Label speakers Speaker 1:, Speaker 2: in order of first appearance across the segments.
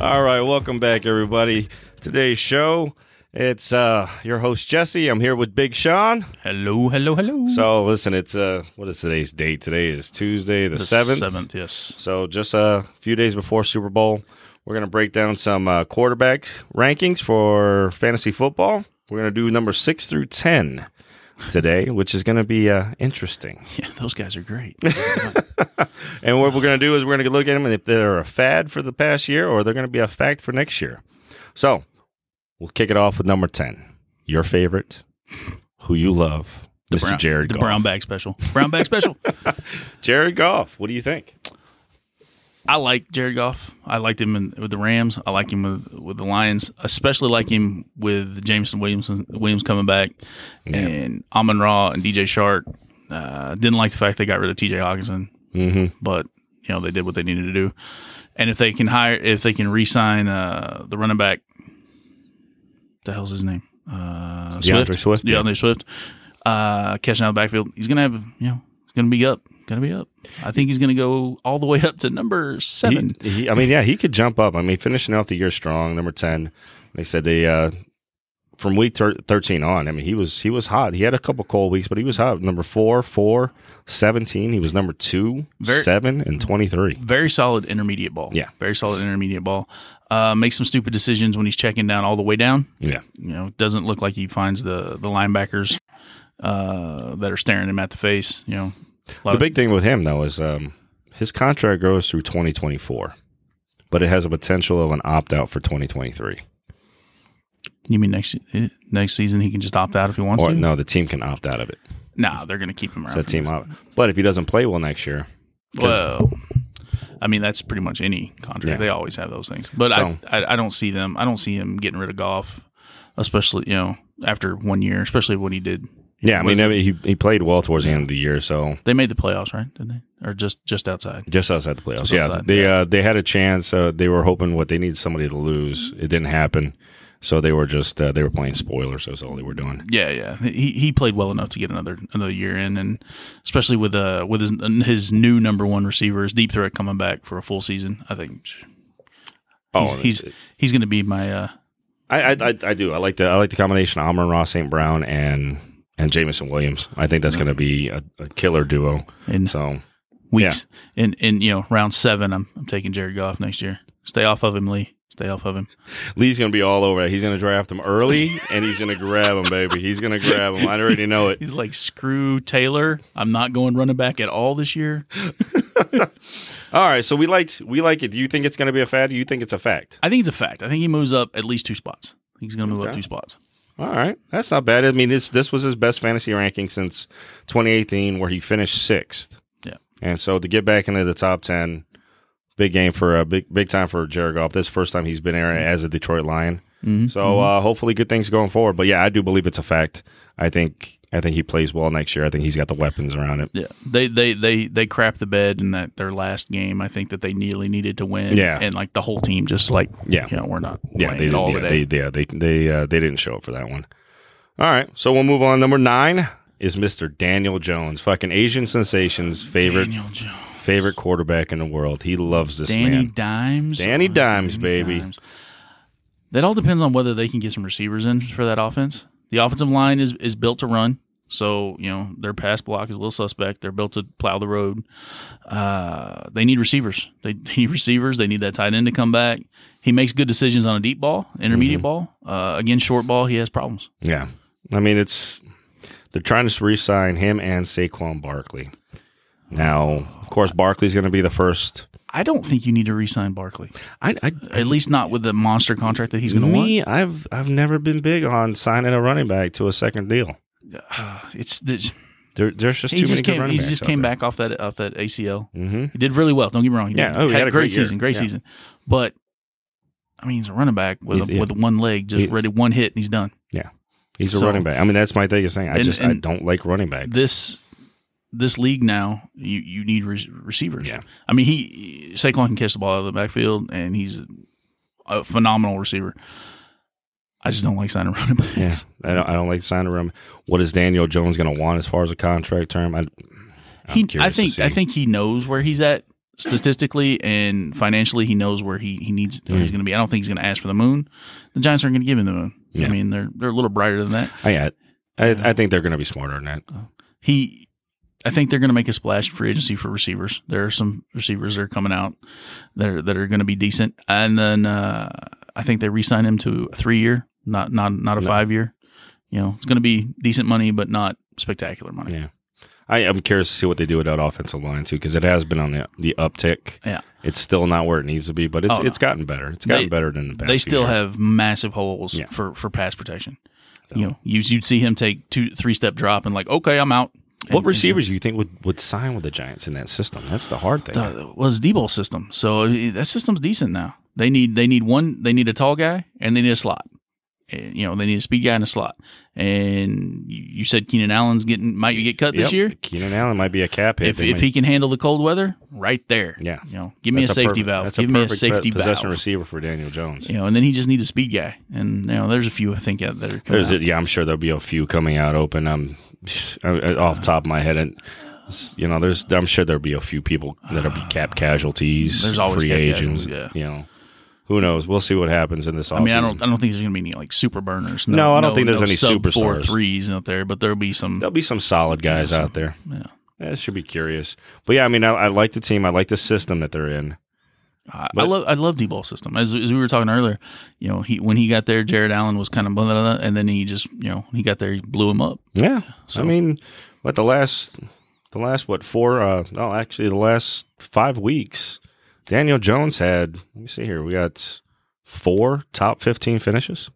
Speaker 1: All right, welcome back, everybody. Today's show, it's uh, your host Jesse. I'm here with Big Sean.
Speaker 2: Hello, hello, hello.
Speaker 1: So listen, it's uh, what is today's date? Today is Tuesday, the seventh.
Speaker 2: Seventh, yes.
Speaker 1: So just a few days before Super Bowl, we're gonna break down some uh, quarterback rankings for fantasy football. We're gonna do number six through ten today, which is gonna be uh, interesting.
Speaker 2: Yeah, those guys are great.
Speaker 1: And what we're going to do is we're going to look at them and if they're a fad for the past year or they're going to be a fact for next year. So we'll kick it off with number 10. Your favorite, who you love, Mr.
Speaker 2: Brown-
Speaker 1: Jared
Speaker 2: the
Speaker 1: Goff.
Speaker 2: brown bag special. Brown bag special.
Speaker 1: Jared Goff, what do you think?
Speaker 2: I like Jared Goff. I liked him in, with the Rams. I like him with, with the Lions. Especially like him with Jameson Williamson Williams coming back, and Amon Ra and DJ Shark. Uh, didn't like the fact they got rid of T.J. Hawkinson,
Speaker 1: Mm-hmm.
Speaker 2: but you know they did what they needed to do. And if they can hire, if they can re-sign uh, the running back, the hell's his name? Uh,
Speaker 1: DeAndre Swift, yeah.
Speaker 2: DeAndre Swift. Uh, catching out of the backfield. He's gonna have, you know, he's gonna be up. Gonna be up. I think he's gonna go all the way up to number seven.
Speaker 1: He, he, I mean, yeah, he could jump up. I mean, finishing out the year strong, number 10. They said they, uh, from week thir- 13 on, I mean, he was he was hot. He had a couple cold weeks, but he was hot. Number 4, 4, 17. He was number 2,
Speaker 2: Very-
Speaker 1: 7, and 23.
Speaker 2: Very solid intermediate ball.
Speaker 1: Yeah.
Speaker 2: Very solid intermediate ball. Uh, makes some stupid decisions when he's checking down all the way down.
Speaker 1: Yeah.
Speaker 2: You know, doesn't look like he finds the the linebackers uh, that are staring him at the face. You know, A lot
Speaker 1: The
Speaker 2: of-
Speaker 1: big thing with him though is um, his contract goes through 2024, but it has a potential of an opt out for 2023.
Speaker 2: you mean next eh, next season he can just opt out if he wants
Speaker 1: Or
Speaker 2: to?
Speaker 1: no, the team can opt out of it.
Speaker 2: Nah, they're gonna keep him around.
Speaker 1: So the team opt. But if he doesn't play well next year, 'cause-
Speaker 2: Well, I mean that's pretty much any contract.
Speaker 1: Yeah.
Speaker 2: They always have those things. But
Speaker 1: So-
Speaker 2: I, I I don't see them. I don't see him getting rid of golf, especially you know after one year, especially when he did.
Speaker 1: yeah, I mean
Speaker 2: Was-
Speaker 1: he he played well towards the end of the year, so
Speaker 2: they made the playoffs, right? Didn't they? Or just just outside?
Speaker 1: just outside the playoffs.
Speaker 2: Just
Speaker 1: yeah,
Speaker 2: outside,
Speaker 1: they Uh, they had a chance. Uh, they were hoping what they needed somebody to lose. It didn't happen, so they were just uh, they were playing spoilers. That's all they were doing.
Speaker 2: Yeah, yeah. He he played well enough to get another another year in, and especially with uh with his his new number one receiver, his deep threat coming back for a full season. I think he's
Speaker 1: Oh,
Speaker 2: he's, he's going to be my uh
Speaker 1: I, I I I do. I like the I like the combination of Amon Ross St. Brown and and Jamison Williams. I think that's going to be a, a killer duo.
Speaker 2: in
Speaker 1: So
Speaker 2: weeks in in you know round seven. I'm I'm taking Jared Goff next year. Stay off of him, Lee. Stay off of him.
Speaker 1: Lee's going to be all over. it. He's going to draft him early and he's going to grab him, baby. He's going to grab him. I already know it.
Speaker 2: He's like, screw Taylor. I'm not going running back at all this year.
Speaker 1: All right. So we liked we like it. Do you think it's going to be a fad? Do you think it's a fact?
Speaker 2: I think it's a fact. I think he moves up at least two spots. I think he's going to move
Speaker 1: Okay.
Speaker 2: up two spots.
Speaker 1: All right. That's not bad. I mean, this this was his best fantasy ranking since 2018, where he finished sixth.
Speaker 2: Yeah.
Speaker 1: And so to get back into the top ten, big game for a big big time for Jared Goff. This is the first time he's been there as a Detroit Lion.
Speaker 2: Mhm.
Speaker 1: So uh, hopefully, good things going forward. But yeah, I do believe it's a fact. I think I think he plays well next year. I think he's got the weapons around it.
Speaker 2: Yeah, they they they they crap the bed in that their last game. I think that they nearly needed to win.
Speaker 1: Yeah.
Speaker 2: and like the whole team just like
Speaker 1: Yeah.
Speaker 2: you know, we're not
Speaker 1: Yeah,
Speaker 2: playing
Speaker 1: they
Speaker 2: at
Speaker 1: did,
Speaker 2: all
Speaker 1: yeah,
Speaker 2: today.
Speaker 1: they yeah, they they uh, they didn't show up for that one. All right, so we'll move on. Number nine is Mr. Daniel Jones, fucking Asian sensation's favorite
Speaker 2: Daniel Jones,
Speaker 1: favorite quarterback in the world. He loves this
Speaker 2: Danny
Speaker 1: man.
Speaker 2: Dimes,
Speaker 1: Danny
Speaker 2: Oh,
Speaker 1: Dimes, baby.
Speaker 2: That all depends on whether they can get some receivers in for that offense. The offensive line is is built to run, so you know their pass block is a little suspect. They're built to plow the road. Uh, they need receivers. They, they need receivers. They need that tight end to come back. He makes good decisions on a deep ball, intermediate
Speaker 1: Mm-hmm.
Speaker 2: ball. Uh, again, short ball, he has problems.
Speaker 1: Yeah, I mean it's they're trying to re-sign him and Saquon Barkley. Now, of course, Barkley's going to be the first.
Speaker 2: I don't think you need to re-sign Barkley.
Speaker 1: I, I
Speaker 2: At least not with the monster contract that he's going to want.
Speaker 1: me, I've I've never been big on signing a running back to a second deal.
Speaker 2: Uh, it's the,
Speaker 1: There, there's just
Speaker 2: he
Speaker 1: too many
Speaker 2: just
Speaker 1: good
Speaker 2: came.
Speaker 1: running
Speaker 2: He
Speaker 1: backs.
Speaker 2: just came back off that off that ACL.
Speaker 1: Mm-hmm.
Speaker 2: He did really well. Don't get me wrong. He
Speaker 1: Yeah,
Speaker 2: did,
Speaker 1: oh, he had a
Speaker 2: great,
Speaker 1: great year.
Speaker 2: season. Great
Speaker 1: Yeah.
Speaker 2: season. But I mean, he's a running back with
Speaker 1: He's-
Speaker 2: a,
Speaker 1: yeah.
Speaker 2: with one leg, just
Speaker 1: He-
Speaker 2: ready one hit and he's done.
Speaker 1: He's a
Speaker 2: So-
Speaker 1: running back. I mean, that's my biggest thing. I
Speaker 2: And-
Speaker 1: just I
Speaker 2: and
Speaker 1: don't like running backs.
Speaker 2: This this league now, you you need re- receivers.
Speaker 1: Yeah.
Speaker 2: I mean, he Saquon can catch the ball out of the backfield, and he's a phenomenal receiver. I just don't like signing running backs.
Speaker 1: yeah, I don't. I don't like signing him. What is Daniel Jones going to want as far as a contract term? I, I'm
Speaker 2: he, I
Speaker 1: curious to
Speaker 2: think
Speaker 1: see.
Speaker 2: I think he knows where he's at. statistically and financially, he knows where he, he needs where he's
Speaker 1: Hmm.
Speaker 2: going to be. I don't think he's going to ask for the moon. The Giants aren't going to give him the moon.
Speaker 1: Yeah.
Speaker 2: I mean, they're they're a little brighter than that.
Speaker 1: I, I, I think they're going to be smarter than that.
Speaker 2: He, I think they're going to make a splash in free agency for receivers. There are some receivers that are coming out that are, that are going to be decent, and then uh, I think they re-sign him to a three year, not not not a
Speaker 1: No.
Speaker 2: five year. You know, it's going to be decent money, but not spectacular money.
Speaker 1: Yeah. I, I'm curious to see what they do with that offensive line too, because it has been on the the uptick.
Speaker 2: Yeah.
Speaker 1: it's still not where it needs to be, but it's
Speaker 2: Oh, no.
Speaker 1: it's gotten better. It's gotten
Speaker 2: They-
Speaker 1: better than the past.
Speaker 2: they
Speaker 1: few
Speaker 2: still
Speaker 1: years.
Speaker 2: have massive holes
Speaker 1: Yeah.
Speaker 2: for for pass protection.
Speaker 1: So.
Speaker 2: You know, you, you'd see him take two three step drop and like, okay, I'm out.
Speaker 1: What
Speaker 2: And-
Speaker 1: receivers do you think would, would sign with the Giants in that system? That's the hard thing.
Speaker 2: and so- uh, well, it's Debo system, so uh, that system's decent now. They need they need one they need a tall guy and they need a slot. And, you know, they need a speed guy and a slot. And you, you said Keenan Allen's getting might get cut
Speaker 1: Yep.
Speaker 2: this year.
Speaker 1: Keenan Allen might be a cap hit.
Speaker 2: If,
Speaker 1: They
Speaker 2: if
Speaker 1: might-
Speaker 2: he can handle the cold weather, right there.
Speaker 1: Yeah.
Speaker 2: You know, give me a
Speaker 1: that's
Speaker 2: safety
Speaker 1: perfect-
Speaker 2: valve.
Speaker 1: That's
Speaker 2: Give me a
Speaker 1: perfect
Speaker 2: safety
Speaker 1: pe- possession
Speaker 2: valve.
Speaker 1: receiver for Daniel Jones.
Speaker 2: You know, and then he just needs a speed guy. And you know, there's a few I think out that are coming
Speaker 1: There's
Speaker 2: out.
Speaker 1: a, yeah, I'm sure there'll be a few coming out open. Um, I- I- off the top of my head, and s- you know, there's I'm sure there'll be a few people that'll be cap casualties.
Speaker 2: There's always
Speaker 1: free
Speaker 2: cap
Speaker 1: agents.
Speaker 2: casualties,
Speaker 1: You know, who knows? We'll see what happens in this offseason.
Speaker 2: I mean, I don't, I don't think there's going to be any like super burners.
Speaker 1: No, I don't think there's any
Speaker 2: sub four
Speaker 1: superstars.
Speaker 2: threes out there, but there'll be some.
Speaker 1: there'll be some solid guys
Speaker 2: Yeah, so-
Speaker 1: out there.
Speaker 2: Yeah,
Speaker 1: That should be curious. But yeah, I mean, I, I like the team. I like the system that they're in.
Speaker 2: I, I
Speaker 1: But-
Speaker 2: love, I love D-ball system. As, as we were talking earlier, you know, he when he got there, Jared Allen was kind of blah, blah, blah, and then he just, you know, when he got there, he blew him up.
Speaker 1: Yeah.
Speaker 2: So-
Speaker 1: I mean, but the last, the last what four? Uh, no, actually, the last five weeks, Daniel Jones had. Let me see here. We got four top fifteen finishes.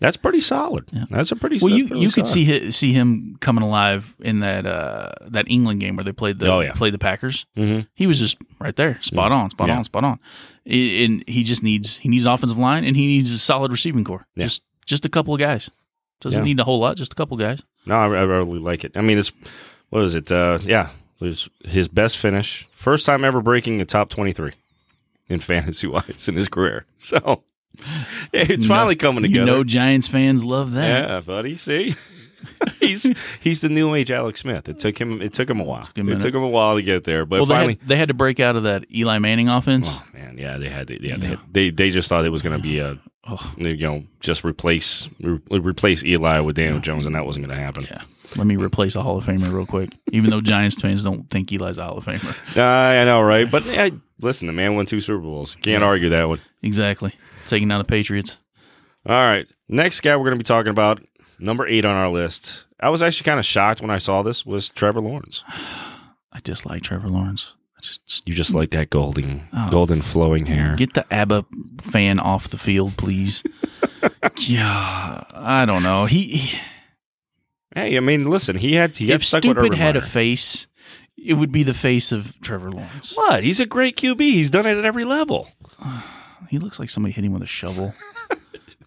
Speaker 1: That's pretty solid.
Speaker 2: Yeah.
Speaker 1: That's a pretty.
Speaker 2: Well,
Speaker 1: that's
Speaker 2: you
Speaker 1: pretty
Speaker 2: you could
Speaker 1: solid.
Speaker 2: see hi- see him coming alive in that uh, that England game where they played the
Speaker 1: Oh, yeah.
Speaker 2: played the Packers.
Speaker 1: Mhm.
Speaker 2: He was just right there, spot on, spot
Speaker 1: Yeah.
Speaker 2: on, spot on. I- And he just needs he needs offensive line and he needs a solid receiving core.
Speaker 1: Yeah.
Speaker 2: Just just a couple of guys. Doesn't
Speaker 1: Yeah.
Speaker 2: need a whole lot, just a couple guys.
Speaker 1: No, I, I really like it. I mean, it's what is it? Uh, yeah, it was his best finish, first time ever breaking the top twenty-three in fantasy wise in his career. So it's
Speaker 2: No-
Speaker 1: finally coming together.
Speaker 2: You know, Giants fans love that.
Speaker 1: Yeah, buddy. See, he's he's the new age Alex Smith. It took him. It took him a while.
Speaker 2: a
Speaker 1: it
Speaker 2: minute.
Speaker 1: took him a while to get there, but
Speaker 2: well, they
Speaker 1: finally.
Speaker 2: had, they had to break out of that Eli Manning offense.
Speaker 1: Oh man, yeah, they had. Yeah, they had, they they just thought it was going to be a.
Speaker 2: Oh.
Speaker 1: You know, just replace re- replace Eli with Daniel Jones, and that wasn't going to happen.
Speaker 2: Yeah. Let me replace a Hall of Famer real quick, even though Giants fans don't think Eli's a Hall of Famer.
Speaker 1: I I know, right? But I, listen, the man won two Super Bowls. Can't argue that one.
Speaker 2: Exactly. Taking out the Patriots.
Speaker 1: All right, next guy we're going to be talking about, number eight on our list. I was actually kind of shocked when I saw this was Trevor Lawrence.
Speaker 2: I dislike Trevor Lawrence. I just, just
Speaker 1: You just like that golden,
Speaker 2: Oh.
Speaker 1: golden flowing hair.
Speaker 2: get the ABBA fan off the field, please. yeah, I don't know. He, he
Speaker 1: Hey, I mean, listen, he had he got
Speaker 2: if
Speaker 1: stuck with
Speaker 2: stupid
Speaker 1: Urban
Speaker 2: had a
Speaker 1: Meyer.
Speaker 2: face, it would be the face of Trevor Lawrence.
Speaker 1: what? He's a great QB. He's done it at every level.
Speaker 2: He looks like somebody hit him with a shovel.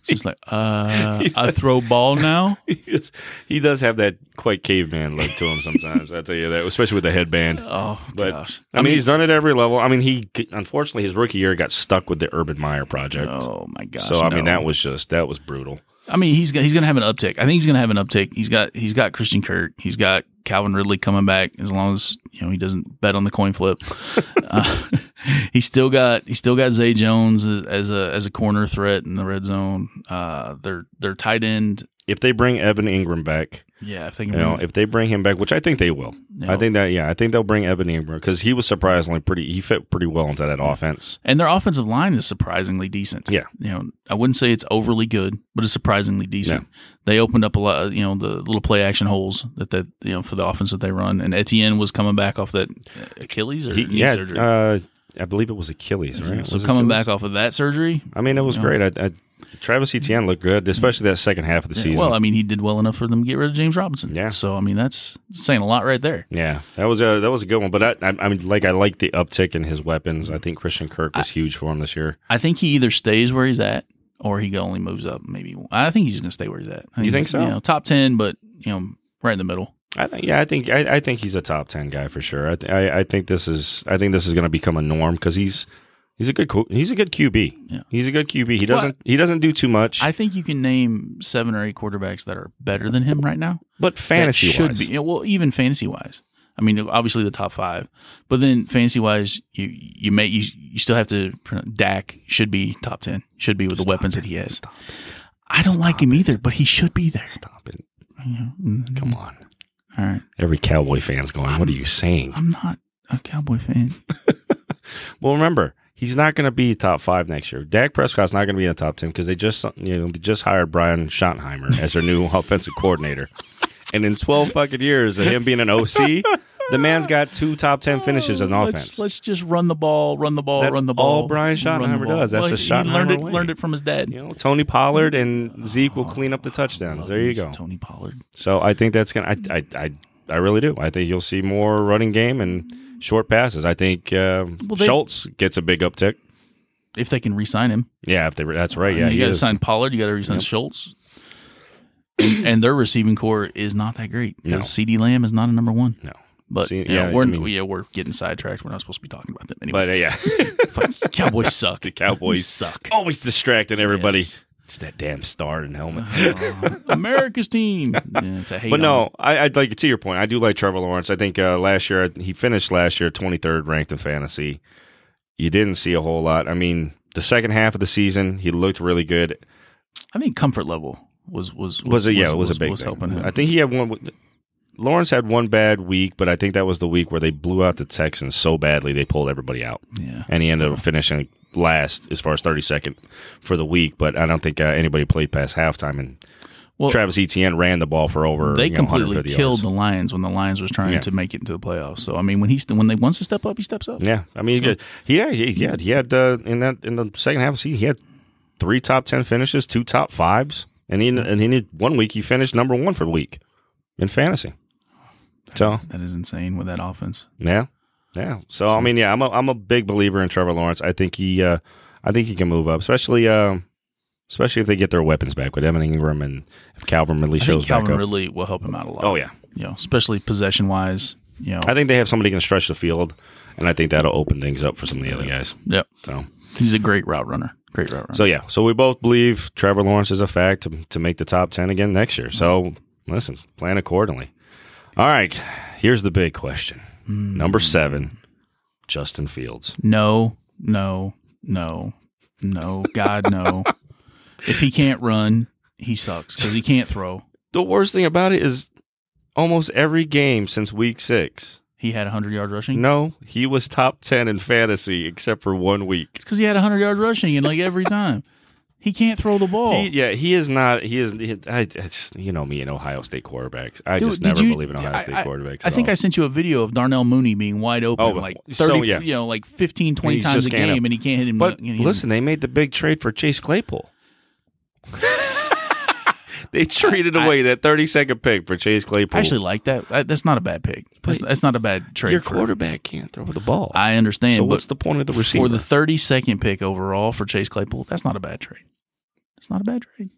Speaker 2: It's Just like uh, I throw ball now.
Speaker 1: He, just, he does have that quite caveman look to him sometimes. I tell you that, especially with the headband.
Speaker 2: Oh
Speaker 1: But
Speaker 2: gosh!
Speaker 1: I, mean, he's done it at every level. I mean, he unfortunately his rookie year got stuck with the Urban Meyer project.
Speaker 2: oh my gosh!
Speaker 1: so I mean,
Speaker 2: no.
Speaker 1: that was just that was brutal.
Speaker 2: I mean, he's got, he's gonna have an uptick. I think he's gonna have an uptick. He's got he's got Christian Kirk. He's got Calvin Ridley coming back as long as you know he doesn't bet on the coin flip. uh, he's still got he's still got Zay Jones as, as a as a corner threat in the red zone. Uh, their their tight end.
Speaker 1: If they bring Evan Ingram back,
Speaker 2: Yeah, if they can.
Speaker 1: you know,
Speaker 2: bring-
Speaker 1: if they bring him back, which I think they will,
Speaker 2: you
Speaker 1: I
Speaker 2: know.
Speaker 1: think that yeah, I think they'll bring Evan Ingram because he was surprisingly pretty. He fit pretty well into
Speaker 2: Mm-hmm.
Speaker 1: that offense.
Speaker 2: And their offensive line is surprisingly decent.
Speaker 1: Yeah.
Speaker 2: You know, I wouldn't say it's overly good, but it's surprisingly decent. They opened up a lot, of, you know, the little play action holes that that you know for the offense that they run. And Etienne was coming back off that Achilles or
Speaker 1: He,
Speaker 2: knee
Speaker 1: yeah,
Speaker 2: surgery.
Speaker 1: uh, I believe it was Achilles, right?
Speaker 2: so
Speaker 1: Was it
Speaker 2: coming
Speaker 1: Achilles?
Speaker 2: back off of that surgery.
Speaker 1: I mean, it was
Speaker 2: Yeah.
Speaker 1: great. I, I, Travis Etienne looked good, especially that second half of the season.
Speaker 2: Well, I mean, he did well enough for them to get rid of James Robinson.
Speaker 1: Yeah.
Speaker 2: So I mean, that's saying a lot right there.
Speaker 1: yeah, that was a that was a good one. But I, I, I mean, like I like the uptick in his weapons. I think Christian Kirk was huge for him this year.
Speaker 2: I think he either stays where he's at or he only moves up. Maybe I think he's going to stay where he's at. I
Speaker 1: You think
Speaker 2: he's,
Speaker 1: so?
Speaker 2: You know, top ten, but you know, right in the middle.
Speaker 1: I think, yeah, I think I, I think he's a top ten guy for sure. I, th- I, I think this is I think this is going to become a norm because he's he's a good qu- he's a good QB.
Speaker 2: Yeah.
Speaker 1: He's a good QB. He
Speaker 2: Well,
Speaker 1: doesn't he doesn't do too much,
Speaker 2: I think you can name seven or eight quarterbacks that are better than him right now.
Speaker 1: but
Speaker 2: That
Speaker 1: fantasy
Speaker 2: should
Speaker 1: wise,
Speaker 2: be yeah, well, even fantasy wise. I mean, obviously the top five, but then fantasy wise, you you may you, you still have to. Dak should be top ten. Should be with the weapons that he has.
Speaker 1: Stop it.
Speaker 2: I don't like
Speaker 1: Stop
Speaker 2: him
Speaker 1: it.
Speaker 2: either, but he should be there.
Speaker 1: Stop it.
Speaker 2: Come
Speaker 1: Come on.
Speaker 2: All right,
Speaker 1: Every Cowboy fan's going, what are you saying?
Speaker 2: I'm not a Cowboy fan.
Speaker 1: Well, remember, he's not going to be top five next year. Dak Prescott's not going to be in the top ten because they just you know they just hired Brian Schottenheimer as their new offensive coordinator, and in twelve fucking years of him being an OC, the man's got two top ten finishes in
Speaker 2: Oh,
Speaker 1: offense.
Speaker 2: Let's, let's just run the ball, run the ball,
Speaker 1: That's
Speaker 2: run the
Speaker 1: all
Speaker 2: ball.
Speaker 1: Brian
Speaker 2: run the
Speaker 1: Schottenheimer
Speaker 2: ball.
Speaker 1: does. That's
Speaker 2: Well,
Speaker 1: a
Speaker 2: he learned it.
Speaker 1: Schottenheimer way.
Speaker 2: Learned it from his dad.
Speaker 1: you know, Tony Pollard and Zeke will clean up
Speaker 2: Oh,
Speaker 1: the touchdowns. There you go.
Speaker 2: Tony Pollard.
Speaker 1: So I think that's gonna. I I I, I really do. I think you'll see more running game and short passes. I think um,
Speaker 2: Well, they-
Speaker 1: Schultz gets a big uptick.
Speaker 2: If they can re-sign him,
Speaker 1: Yeah, if they, that's right. Yeah,
Speaker 2: you
Speaker 1: he
Speaker 2: got to
Speaker 1: is.
Speaker 2: sign Pollard. You got to re-sign Schultz. And, and their receiving core is not that great.
Speaker 1: No.
Speaker 2: CD Lamb Lamb is not a number one.
Speaker 1: No.
Speaker 2: But
Speaker 1: See,
Speaker 2: you
Speaker 1: yeah,
Speaker 2: know, we're
Speaker 1: I mean-
Speaker 2: yeah we're getting sidetracked. We're not supposed to be talking about them anyway.
Speaker 1: But uh, yeah,
Speaker 2: Fuck, Cowboys suck. The
Speaker 1: Cowboys.
Speaker 2: suck.
Speaker 1: always distracting everybody.
Speaker 2: Yes.
Speaker 1: It's that damn star and helmet.
Speaker 2: Uh, America's team. Yeah, it's a hate
Speaker 1: Oh, But
Speaker 2: on
Speaker 1: no, I, I'd like to your point. I do like Trevor Lawrence. I think uh, last year he finished last year 23rd ranked in fantasy. You didn't see a whole lot. I mean, the second half of the season he looked really good.
Speaker 2: I think comfort level was was
Speaker 1: Was it? Yeah, it was, a big.
Speaker 2: was
Speaker 1: thing.
Speaker 2: helping him.
Speaker 1: I think he had one. Lawrence had one bad week, but I think that was the week where they blew out the Texans so badly they pulled everybody out,
Speaker 2: yeah.
Speaker 1: and he ended up finishing last as far as 32nd for the week. But I don't think uh, anybody played past halftime, and
Speaker 2: Well,
Speaker 1: Travis Etienne ran the ball for over.
Speaker 2: they
Speaker 1: you know,
Speaker 2: completely
Speaker 1: 150
Speaker 2: killed
Speaker 1: yards.
Speaker 2: the Lions when the Lions was trying
Speaker 1: Yeah.
Speaker 2: to make it into the playoffs. So I mean, when he's when they wants to step up, he steps up.
Speaker 1: Yeah, I mean, he yeah, he, he had he had uh, in that in the second half of the season, he had three top ten finishes, two top fives, and he and he did one week he finished number one for the week in fantasy. So
Speaker 2: That is insane with that offense.
Speaker 1: yeah, yeah. So I mean, yeah, I'm a I'm a big believer in Trevor Lawrence. I think he uh, I think he can move up, especially um, especially if they get their weapons back with Evan Ingram and if Calvin really
Speaker 2: I think
Speaker 1: shows back
Speaker 2: Calvin
Speaker 1: up.
Speaker 2: Ridley will help him out a lot.
Speaker 1: oh yeah,
Speaker 2: you know, especially possession wise. You know,
Speaker 1: I think they have somebody who can stretch the field, and I think that'll open things up for some of the other guys.
Speaker 2: yep,
Speaker 1: So.
Speaker 2: he's a great route runner. Great route runner.
Speaker 1: So yeah, so we both believe Trevor Lawrence is a fact to, to make the top ten again next year. So listen, plan accordingly. All right, here's the big question.
Speaker 2: Hmm.
Speaker 1: Number seven, Justin Fields.
Speaker 2: no, no, no, no, God no. if he can't run, he sucks because he can't throw.
Speaker 1: The worst thing about it is almost every game since week six.
Speaker 2: He had 100 yards rushing.
Speaker 1: No, he was top ten in fantasy except for one week.
Speaker 2: It's because he had 100 yards rushing, and like every time, he can't throw the ball.
Speaker 1: He, yeah, he is not. He is. He, I, it's, you know me and Ohio State quarterbacks. I
Speaker 2: Dude,
Speaker 1: just
Speaker 2: did
Speaker 1: never
Speaker 2: you-
Speaker 1: believe in Ohio
Speaker 2: I-
Speaker 1: State
Speaker 2: I-
Speaker 1: quarterbacks.
Speaker 2: I
Speaker 1: at
Speaker 2: think
Speaker 1: all.
Speaker 2: I sent you a video of Darnell Mooney being wide open,
Speaker 1: Oh,
Speaker 2: like 30,
Speaker 1: so, yeah.
Speaker 2: you know, like 15, 20
Speaker 1: He
Speaker 2: times
Speaker 1: just
Speaker 2: a
Speaker 1: can't
Speaker 2: game, and he can't hit him.
Speaker 1: But
Speaker 2: you know, he-
Speaker 1: listen, they made the big trade for Chase Claypool. they traded away that 30 second pick for Chase Claypool.
Speaker 2: I actually like that. I, that's not a bad pick. That's, that's not a bad trade.
Speaker 1: your
Speaker 2: for-
Speaker 1: quarterback can't throw the ball.
Speaker 2: I understand.
Speaker 1: so
Speaker 2: but
Speaker 1: what's the point of the receiver?
Speaker 2: for the 32nd pick overall for Chase Claypool, that's not a bad trade. It's not a bad trade.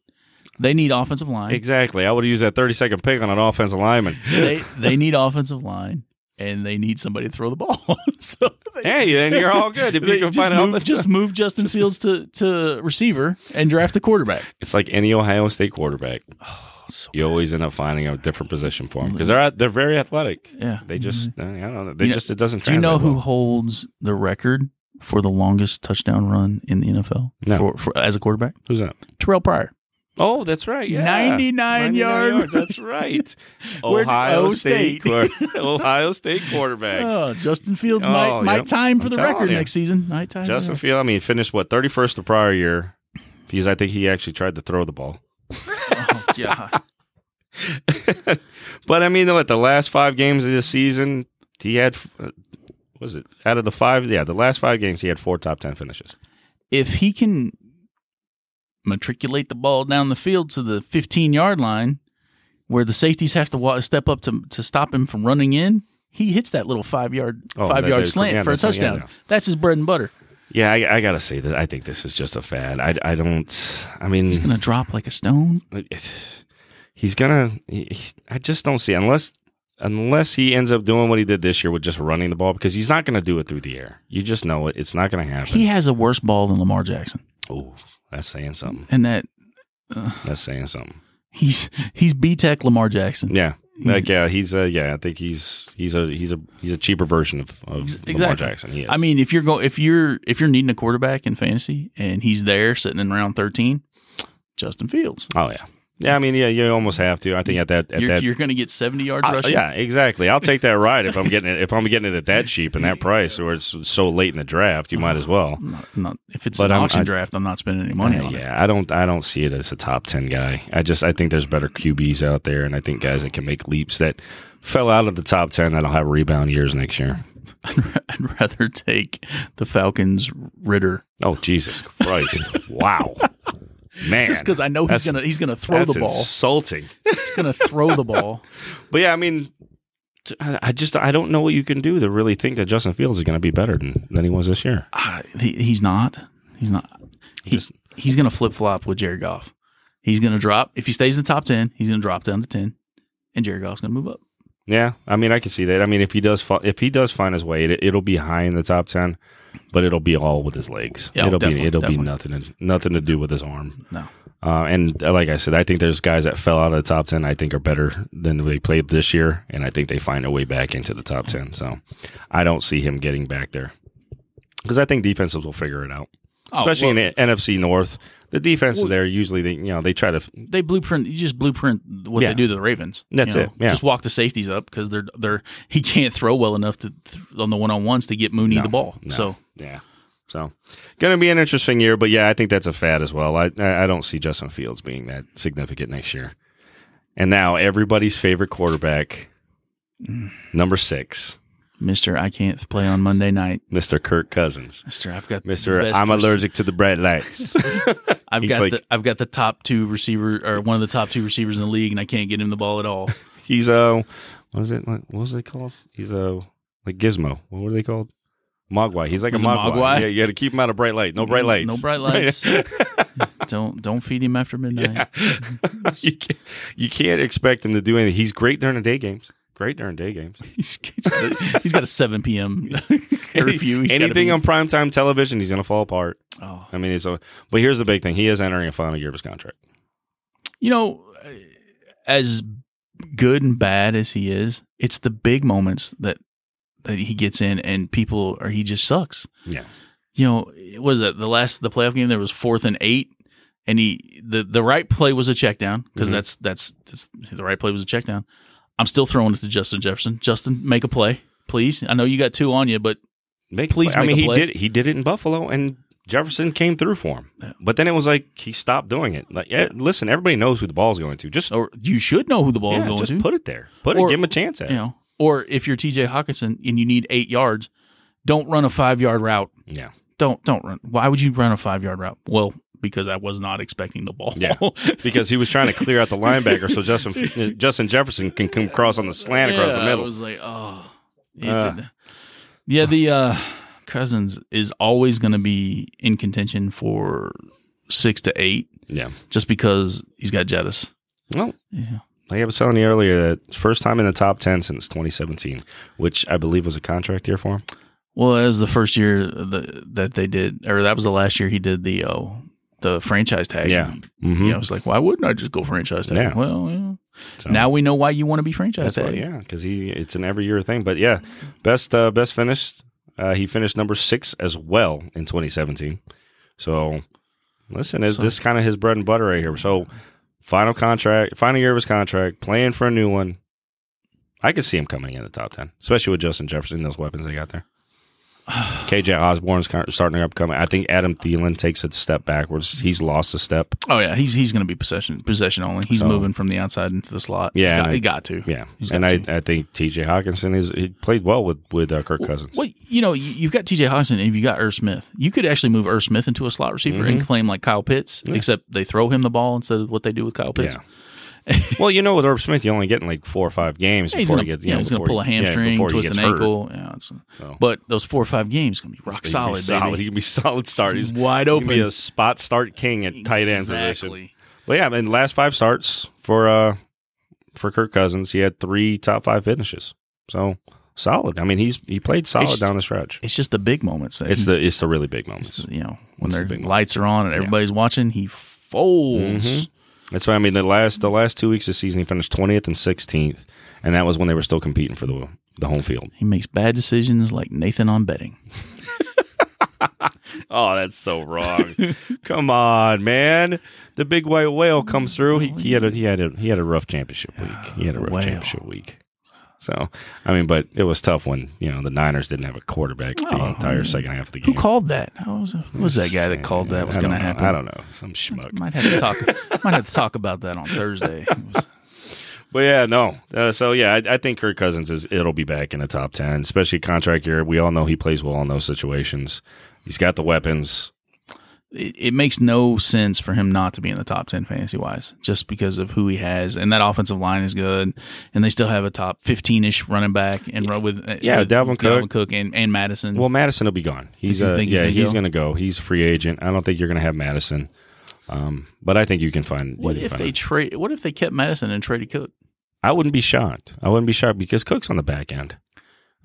Speaker 2: They need offensive line.
Speaker 1: exactly. I would have used that 30 second pick on an offensive lineman.
Speaker 2: They they need offensive line, and they need somebody to throw the ball. so they,
Speaker 1: hey, then you're all good. If you
Speaker 2: They
Speaker 1: can
Speaker 2: just,
Speaker 1: find an
Speaker 2: move,
Speaker 1: offensive-
Speaker 2: just move Justin Fields to, to receiver and draft a quarterback.
Speaker 1: it's like any Ohio State quarterback.
Speaker 2: Oh, so Mm-hmm.
Speaker 1: you always end up finding a different position for them because they're at- they're very athletic.
Speaker 2: Yeah. Mm-hmm.
Speaker 1: They just uh, I don't know. They
Speaker 2: You know-
Speaker 1: just it doesn't.
Speaker 2: Do you know
Speaker 1: translate
Speaker 2: who
Speaker 1: well.
Speaker 2: holds the record for the longest touchdown run in the NFL
Speaker 1: No.
Speaker 2: for, for as a quarterback?
Speaker 1: Who's that?
Speaker 2: Terrell Pryor.
Speaker 1: Oh, that's right. Yeah.
Speaker 2: 99 yard-
Speaker 1: That's right.
Speaker 2: Where-
Speaker 1: Ohio
Speaker 2: Oh,
Speaker 1: State.
Speaker 2: State.
Speaker 1: quar- Ohio State quarterbacks.
Speaker 2: Oh, Justin Fields might,
Speaker 1: Oh,
Speaker 2: might
Speaker 1: yep.
Speaker 2: time for
Speaker 1: I'm
Speaker 2: the
Speaker 1: telling
Speaker 2: record
Speaker 1: you.
Speaker 2: next season. Might time.
Speaker 1: Justin Field. I mean, he finished what thirty first the prior year because I think he actually tried to throw the ball.
Speaker 2: yeah.
Speaker 1: But I mean, what the last five games of the season, he had uh, was it out of the five? Yeah, the last five games he had four top ten finishes.
Speaker 2: If he can matriculate the ball down the field to the 15 yard line where the safeties have to wa- step up to, to stop him from running in, he hits that little five yard
Speaker 1: Oh,
Speaker 2: five
Speaker 1: that-
Speaker 2: yard
Speaker 1: that-
Speaker 2: slant
Speaker 1: yeah,
Speaker 2: for a
Speaker 1: that's- yeah,
Speaker 2: touchdown.
Speaker 1: yeah.
Speaker 2: That's his bread and butter.
Speaker 1: Yeah, I, I gotta say that I think this is just a fad. I, I don't. I mean,
Speaker 2: He's going to drop like a stone.
Speaker 1: he's gonna. He, he- I just don't see unless unless he ends up doing what he did this year with just running the ball because he's not gonna do it through the air. You just know it. It's not gonna happen.
Speaker 2: He has a worse ball than Lamar Jackson.
Speaker 1: oh, that's saying something.
Speaker 2: and that
Speaker 1: That's saying something.
Speaker 2: he's he's B Tech Lamar Jackson.
Speaker 1: Yeah, Like yeah, he's a yeah. I think he's he's a he's a he's a cheaper version of, of Lamar
Speaker 2: exactly.
Speaker 1: Jackson. He is.
Speaker 2: I mean, if you're going, if you're if you're needing a quarterback in fantasy and he's there sitting in round thirteen, Justin Fields,
Speaker 1: oh yeah, yeah. I mean, yeah. You almost have to. I think at that at
Speaker 2: you're,
Speaker 1: that.
Speaker 2: you're going to get seventy yards
Speaker 1: I-
Speaker 2: rushing.
Speaker 1: yeah, exactly. I'll take that ride if I'm getting it. If I'm getting it at that cheap and that price, or it's so late in the draft, you might as well.
Speaker 2: I'm not, not- if it's
Speaker 1: But
Speaker 2: an
Speaker 1: I'm-
Speaker 2: auction
Speaker 1: I-
Speaker 2: draft, I'm not spending any money
Speaker 1: Uh,
Speaker 2: on it.
Speaker 1: yeah, I don't. I don't see it as a top ten guy. I just. I think there's better QBs out there, and I think guys that can make leaps that fell out of the top ten that'll have rebound years next year.
Speaker 2: I'd rather take the Falcons Ritter
Speaker 1: Oh Jesus Christ! wow, man.
Speaker 2: just because I know he's
Speaker 1: that's-
Speaker 2: gonna he's gonna throw
Speaker 1: that's
Speaker 2: the ball.
Speaker 1: insulting.
Speaker 2: He's gonna throw the ball.
Speaker 1: But yeah, I mean, t- I I just I don't know what you can do to really think that Justin Fields is going to be better than, than he was this year.
Speaker 2: Ah, he, he's not. He's not. He,
Speaker 1: Just-
Speaker 2: he's gonna flip flop with Jared Goff. He's gonna drop if he stays in the top ten. He's gonna drop down to ten, and Jared Goff's gonna move up.
Speaker 1: Yeah, I mean, I can see that. I mean, if he does, fi- if he does find his way, it, it'll be high in the top ten, but it'll be all with his legs.
Speaker 2: Yeah,
Speaker 1: it'll be
Speaker 2: definitely,
Speaker 1: it'll
Speaker 2: definitely.
Speaker 1: be nothing to- nothing to do with his arm.
Speaker 2: No.
Speaker 1: Uh, and uh, like I said, I think there's guys that fell out of the top ten. I think are better than they played this year, and I think they find a way back into the top ten. So, I don't see him getting back there because I think defenses will figure it out,
Speaker 2: Oh,
Speaker 1: especially
Speaker 2: well,
Speaker 1: in the NFC North. The defenses
Speaker 2: Well-
Speaker 1: there usually they you know they try to
Speaker 2: they blueprint. You just blueprint what
Speaker 1: Yeah.
Speaker 2: they do to the Ravens.
Speaker 1: That's
Speaker 2: you
Speaker 1: it, yeah.
Speaker 2: Just walk the safeties up because they're they're he can't throw well enough to th- on the one on ones to get Mooney
Speaker 1: No,
Speaker 2: the ball.
Speaker 1: no.
Speaker 2: So
Speaker 1: Yeah. So, going to be an interesting year, but yeah, I think that's a fad as well. I I I don't see Justin Fields being that significant next year. And now everybody's favorite quarterback, number six,
Speaker 2: Mister, I can't play on Monday night.
Speaker 1: Mister Kirk Cousins,
Speaker 2: Mister, I've got the
Speaker 1: Mister
Speaker 2: best
Speaker 1: I'm
Speaker 2: rec-
Speaker 1: allergic to the bright lights.
Speaker 2: I've
Speaker 1: He's
Speaker 2: got
Speaker 1: like-
Speaker 2: the I've got the top two receiver or one of the top two receivers in the league, and I can't get him the ball at all.
Speaker 1: He's a what is it? What was it called? He's a like Gizmo. What were they called? Mogwai. He's like
Speaker 2: He's
Speaker 1: a
Speaker 2: a
Speaker 1: mogwai.
Speaker 2: mogwai?
Speaker 1: Yeah, you got to keep him out of bright light. No bright
Speaker 2: No-
Speaker 1: lights.
Speaker 2: No bright lights. don't don't feed him after midnight.
Speaker 1: Yeah.
Speaker 2: Mm-hmm.
Speaker 1: you, can't, you can't expect him to do anything. He's great during the day games. Great during day games.
Speaker 2: He's, he's got a- he's got a seven p.m. curfew. He's gotta
Speaker 1: anything
Speaker 2: be-
Speaker 1: on primetime television, he's going to fall apart.
Speaker 2: oh.
Speaker 1: I mean, so but here's the big thing: he is entering a final year of his contract.
Speaker 2: you know, as good and bad as he is, it's the big moments that that he gets in, and people or he just sucks.
Speaker 1: Yeah.
Speaker 2: You know, it was that the last the playoff game? There was fourth and eight, and he the the right play was a check down because
Speaker 1: Mhm.
Speaker 2: that's, that's that's the right play was a check down. I'm still throwing it to Justin Jefferson. Justin, make a play, please. I know you got two on you, but
Speaker 1: Make,
Speaker 2: Please
Speaker 1: I
Speaker 2: make
Speaker 1: mean,
Speaker 2: a
Speaker 1: he
Speaker 2: play.
Speaker 1: did he did it in Buffalo, and Jefferson came through for him.
Speaker 2: Yeah.
Speaker 1: But then it was like he stopped doing it. Like, eh, listen, everybody knows who the ball's going to. Just,
Speaker 2: or you should know who the ball
Speaker 1: yeah,
Speaker 2: is Oh, going
Speaker 1: just
Speaker 2: to.
Speaker 1: put it there. Put
Speaker 2: Or-
Speaker 1: it. Give him a chance at.
Speaker 2: you
Speaker 1: it.
Speaker 2: know, or if you're TJ Hawkinson and you need eight yards, don't run a five yard route.
Speaker 1: Yeah.
Speaker 2: Don't don't run. Why would you run a five yard route? Well, because I was not expecting the ball.
Speaker 1: Yeah. Because he was trying to clear out the linebacker, so Justin Justin Jefferson can come across on the slant across the
Speaker 2: Yeah, I
Speaker 1: middle.
Speaker 2: was like, oh, It
Speaker 1: Uh.
Speaker 2: did- yeah. The uh, Cousins is always going to be in contention for six to eight,
Speaker 1: yeah.
Speaker 2: just because he's got Jettis.
Speaker 1: Well,
Speaker 2: Yeah.
Speaker 1: Like I was telling you earlier, that first time in the top ten since 2017, which I believe was a contract year for him.
Speaker 2: Well, that was the first year the, that they did, or that was the last year he did the oh, the franchise tag.
Speaker 1: Yeah. Mhm.
Speaker 2: Yeah, I was like, why wouldn't I just go franchise tag?
Speaker 1: Yeah.
Speaker 2: Well, yeah.
Speaker 1: So
Speaker 2: now we know why you want to be franchise
Speaker 1: that's
Speaker 2: tag.
Speaker 1: why, yeah, because he it's an every year thing. But yeah, best uh, best finished. Uh, he finished number six as well in 2017. So listen, it-
Speaker 2: So-
Speaker 1: this is kind of his bread and butter right here. So final contract, final year of his contract, playing for a new one. I could see him coming in the top ten, especially with Justin Jefferson, those weapons they got there. KJ Osborne's kind of starting to upcoming. I think Adam Thielen takes a step backwards. He's lost a step.
Speaker 2: Oh yeah, he's he's going to be possession possession only. He's
Speaker 1: So-
Speaker 2: moving from the outside into the slot. He's
Speaker 1: Yeah,
Speaker 2: got-
Speaker 1: and I-
Speaker 2: he got to.
Speaker 1: Yeah,
Speaker 2: He's
Speaker 1: and
Speaker 2: got
Speaker 1: I,
Speaker 2: to.
Speaker 1: I think T.J. Hawkinson is he played well with with uh, Kirk Cousins.
Speaker 2: Well, you know, you, you've got T.J. Hodgson, and if you got Irv Smith, you could actually move Irv Smith into a slot receiver
Speaker 1: Mm-hmm.
Speaker 2: and claim like Kyle Pitts, except they throw him the ball instead of what they do with Kyle Pitts.
Speaker 1: Yeah. well, you know, with Herb Smith, you're only getting like four or five games
Speaker 2: Yeah, he's
Speaker 1: before
Speaker 2: going
Speaker 1: he gets. You know,
Speaker 2: to
Speaker 1: before
Speaker 2: pull a
Speaker 1: he- yeah,
Speaker 2: hamstring,
Speaker 1: before he
Speaker 2: twist
Speaker 1: gets
Speaker 2: an
Speaker 1: hurt.
Speaker 2: ankle. Yeah, it's-
Speaker 1: So.
Speaker 2: but those four or five games going to be rock
Speaker 1: He can be
Speaker 2: solid,
Speaker 1: solid.
Speaker 2: baby.
Speaker 1: He can be solid start. He's
Speaker 2: wide
Speaker 1: he can be
Speaker 2: open.
Speaker 1: a spot start king at tight end position.
Speaker 2: Exactly.
Speaker 1: But yeah, I mean, the last five starts for uh for Kirk Cousins, he had three top five finishes. So solid. I mean, he's he played solid
Speaker 2: It's-
Speaker 1: down the stretch.
Speaker 2: It's just the big moments. That
Speaker 1: It's
Speaker 2: he-
Speaker 1: the it's the really big
Speaker 2: It's,
Speaker 1: moments.
Speaker 2: you know, when
Speaker 1: It's
Speaker 2: their
Speaker 1: the big
Speaker 2: lights are on and everybody's watching, he folds.
Speaker 1: Mm-hmm. That's why I mean the last the last two weeks of the season he finished twentieth and sixteenth, and that was when they were still competing for the the home field.
Speaker 2: He makes bad decisions like Nathan on betting.
Speaker 1: Oh, that's so wrong. Come on, man. The big white whale comes through. He, he had a he had a he had a rough championship week. He had a rough
Speaker 2: Whale.
Speaker 1: championship week. So, I mean, but it was tough when you know the Niners didn't have a quarterback the
Speaker 2: Oh,
Speaker 1: entire second half of the
Speaker 2: Who
Speaker 1: game.
Speaker 2: called that? How was, who was that guy that called that was
Speaker 1: I don't
Speaker 2: going to
Speaker 1: know.
Speaker 2: happen?
Speaker 1: I don't know. Some schmuck.
Speaker 2: Might have to talk. might have to talk about that on Thursday. It was-
Speaker 1: But yeah, no. Uh, so yeah, I, I think Kirk Cousins is it'll be back in the top ten, especially contract year. We all know he plays well in those situations. He's got the weapons.
Speaker 2: it, it makes no sense for him not to be in the top 10 fantasy wise just because of who he has and that offensive line is good and they still have a top 15ish running back and run with
Speaker 1: Yeah,
Speaker 2: with
Speaker 1: Dalvin Cook.
Speaker 2: and, and Madison
Speaker 1: Well, Madison will be gone. He's,
Speaker 2: Does he
Speaker 1: uh,
Speaker 2: think he's
Speaker 1: yeah,
Speaker 2: gonna
Speaker 1: he's
Speaker 2: go?
Speaker 1: going to go. He's a free agent. I don't think you're going to have Madison. Um, but I think you can find.
Speaker 2: what
Speaker 1: you can
Speaker 2: if
Speaker 1: find
Speaker 2: they
Speaker 1: him.
Speaker 2: trade what if they kept Madison and traded Cook
Speaker 1: I wouldn't be shocked. I wouldn't be shocked because Cook's on the back end.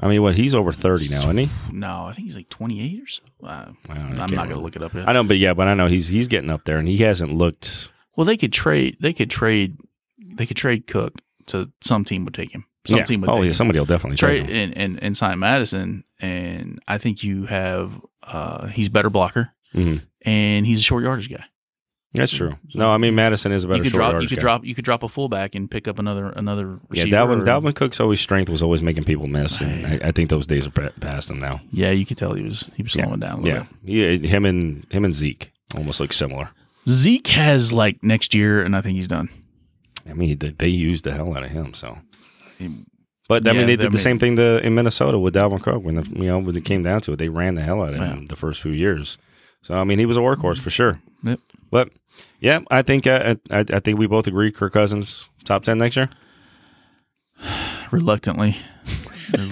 Speaker 1: I mean, what he's over thirty now, isn't he?
Speaker 2: no I think he's like 28 or so uh,
Speaker 1: I don't know,
Speaker 2: I'm not
Speaker 1: can't
Speaker 2: gonna
Speaker 1: remember.
Speaker 2: look it up
Speaker 1: I
Speaker 2: yet.
Speaker 1: know, but yeah, but I know he's he's getting up there, and he hasn't looked.
Speaker 2: well they could trade they could trade they could trade Cook to some team would take him some
Speaker 1: yeah.
Speaker 2: team would
Speaker 1: oh
Speaker 2: take
Speaker 1: yeah,
Speaker 2: him.
Speaker 1: somebody will definitely trade.
Speaker 2: Trey
Speaker 1: him.
Speaker 2: and, and and sign Madison, and I think you have uh he's better blocker,
Speaker 1: Mhm.
Speaker 2: and he's a short yardage guy.
Speaker 1: That's true. No, I mean Madison is a better.
Speaker 2: you could
Speaker 1: short
Speaker 2: drop you
Speaker 1: yardage
Speaker 2: could
Speaker 1: guy.
Speaker 2: drop you could drop a fullback and pick up another another
Speaker 1: Yeah,
Speaker 2: receiver.
Speaker 1: Dalvin,
Speaker 2: or-
Speaker 1: Dalvin Cook's always strength was always making people miss, and
Speaker 2: Right.
Speaker 1: I, I think those days are pa- past him now.
Speaker 2: Yeah, you could tell he was he was slowing down a little
Speaker 1: Yeah,
Speaker 2: bit.
Speaker 1: yeah, him and him and Zeke almost look similar.
Speaker 2: Zeke has like next year, and I think he's done.
Speaker 1: I mean, they, they used the hell out of him. So,
Speaker 2: He-
Speaker 1: but I
Speaker 2: Yeah,
Speaker 1: mean, they
Speaker 2: I
Speaker 1: did the
Speaker 2: mean-
Speaker 1: same thing to, in Minnesota with Dalvin Cook when the, you know when it came down to it, they ran the hell out of
Speaker 2: Yeah.
Speaker 1: him the first few years. So I mean, he was a workhorse for sure.
Speaker 2: Yep.
Speaker 1: But yeah, I think uh, I, I think we both agree Kirk Cousins top ten next year.
Speaker 2: Reluctantly,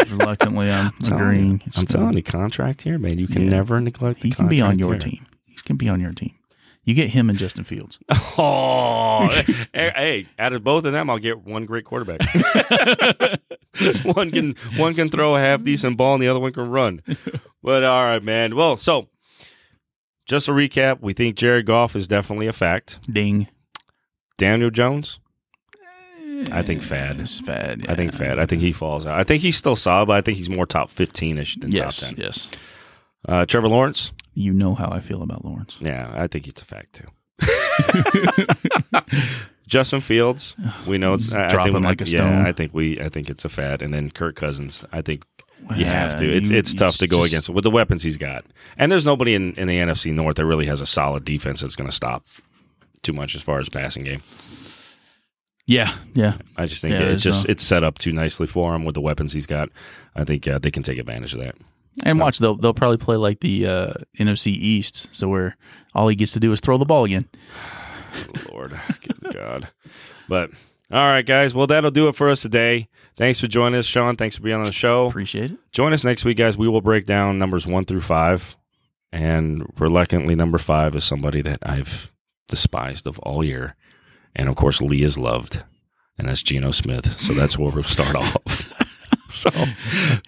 Speaker 2: reluctantly, I'm
Speaker 1: telling
Speaker 2: agreeing. It's
Speaker 1: I'm
Speaker 2: gonna-
Speaker 1: telling you, contract here, man. You can
Speaker 2: Yeah.
Speaker 1: never neglect the.
Speaker 2: he can be on
Speaker 1: contract
Speaker 2: your
Speaker 1: year.
Speaker 2: team. He can be on your team. You get him and Justin Fields.
Speaker 1: Oh, hey, hey, out of both of them, I'll get one great quarterback. one can one can throw a half decent ball, and the other one can run. But all right, man. Well, so just a recap, we think Jared Goff is definitely a fact.
Speaker 2: Ding.
Speaker 1: Daniel Jones, I think fad.
Speaker 2: It's fad.
Speaker 1: I think
Speaker 2: yeah.
Speaker 1: fat. I think he falls out. I think he's still solid, but I think he's more top fifteen ish than
Speaker 2: Yes.
Speaker 1: top ten.
Speaker 2: Yes.
Speaker 1: Uh, Trevor Lawrence,
Speaker 2: You know how I feel about Lawrence.
Speaker 1: yeah, I think he's a fact too. Justin Fields, we know it's I, I
Speaker 2: Drop
Speaker 1: think-
Speaker 2: him like a
Speaker 1: Yeah,
Speaker 2: stone.
Speaker 1: I think we, I think it's a fad, and then Kirk Cousins. I think you have to. It's it's tough to go against with the weapons he's got, and there's nobody in, in the NFC North that really has a solid defense that's going to stop too much as far as passing game.
Speaker 2: Yeah, yeah.
Speaker 1: I just think
Speaker 2: Yeah,
Speaker 1: it's
Speaker 2: there's
Speaker 1: just
Speaker 2: no-
Speaker 1: it's set up too nicely for him with the weapons he's got. I think uh, they can take advantage of that.
Speaker 2: And watch they'll they'll probably play like the uh, NFC East, so where all he gets to do is throw the ball again.
Speaker 1: Oh, Lord, good God. But all right, guys. Well, that'll do it for us today. Thanks for joining us, Sean. Thanks for being on the show.
Speaker 2: Appreciate it.
Speaker 1: Join us next week, guys. We will break down numbers one through five. And reluctantly, number five is somebody that I've despised of all year. And of course, Lee is loved. And that's Geno Smith. So that's where we'll start off. so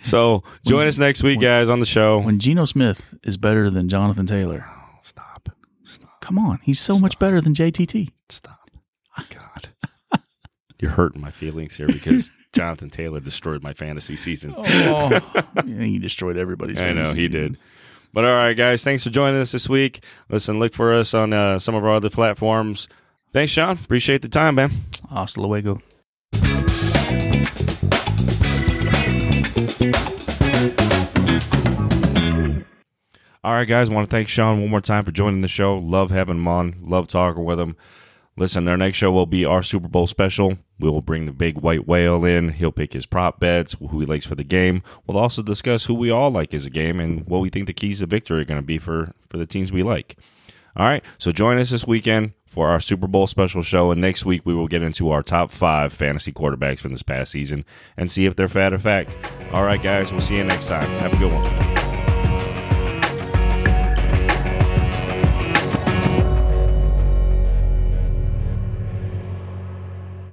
Speaker 1: so join us next week, guys, on the show.
Speaker 2: When Geno Smith is better than Jonathan Taylor,
Speaker 1: Stop. Stop.
Speaker 2: come on, he's so much better than JTT.
Speaker 1: Stop. God. You're hurting my feelings here because Jonathan Taylor destroyed my fantasy season.
Speaker 2: Oh, he destroyed everybody's.
Speaker 1: I know
Speaker 2: fantasy
Speaker 1: he
Speaker 2: season.
Speaker 1: did. But all right, guys, thanks for joining us this week. Listen, look for us on uh, some of our other platforms. Thanks, Sean. Appreciate the time, man.
Speaker 2: Hasta luego.
Speaker 1: All right, guys, want to thank Sean one more time for joining the show. Love having him on. Love talking with him. Listen, our next show will be our Super Bowl special. We will bring the big white whale in. He'll pick his prop bets, who he likes for the game. We'll also discuss who we all like as a game and what we think the keys to victory are going to be for, for the teams we like. All right, so join us this weekend for our Super Bowl special show. And next week, we will get into our top five fantasy quarterbacks from this past season and see if they're fat or fact. All right, guys, we'll see you next time. Have a good one.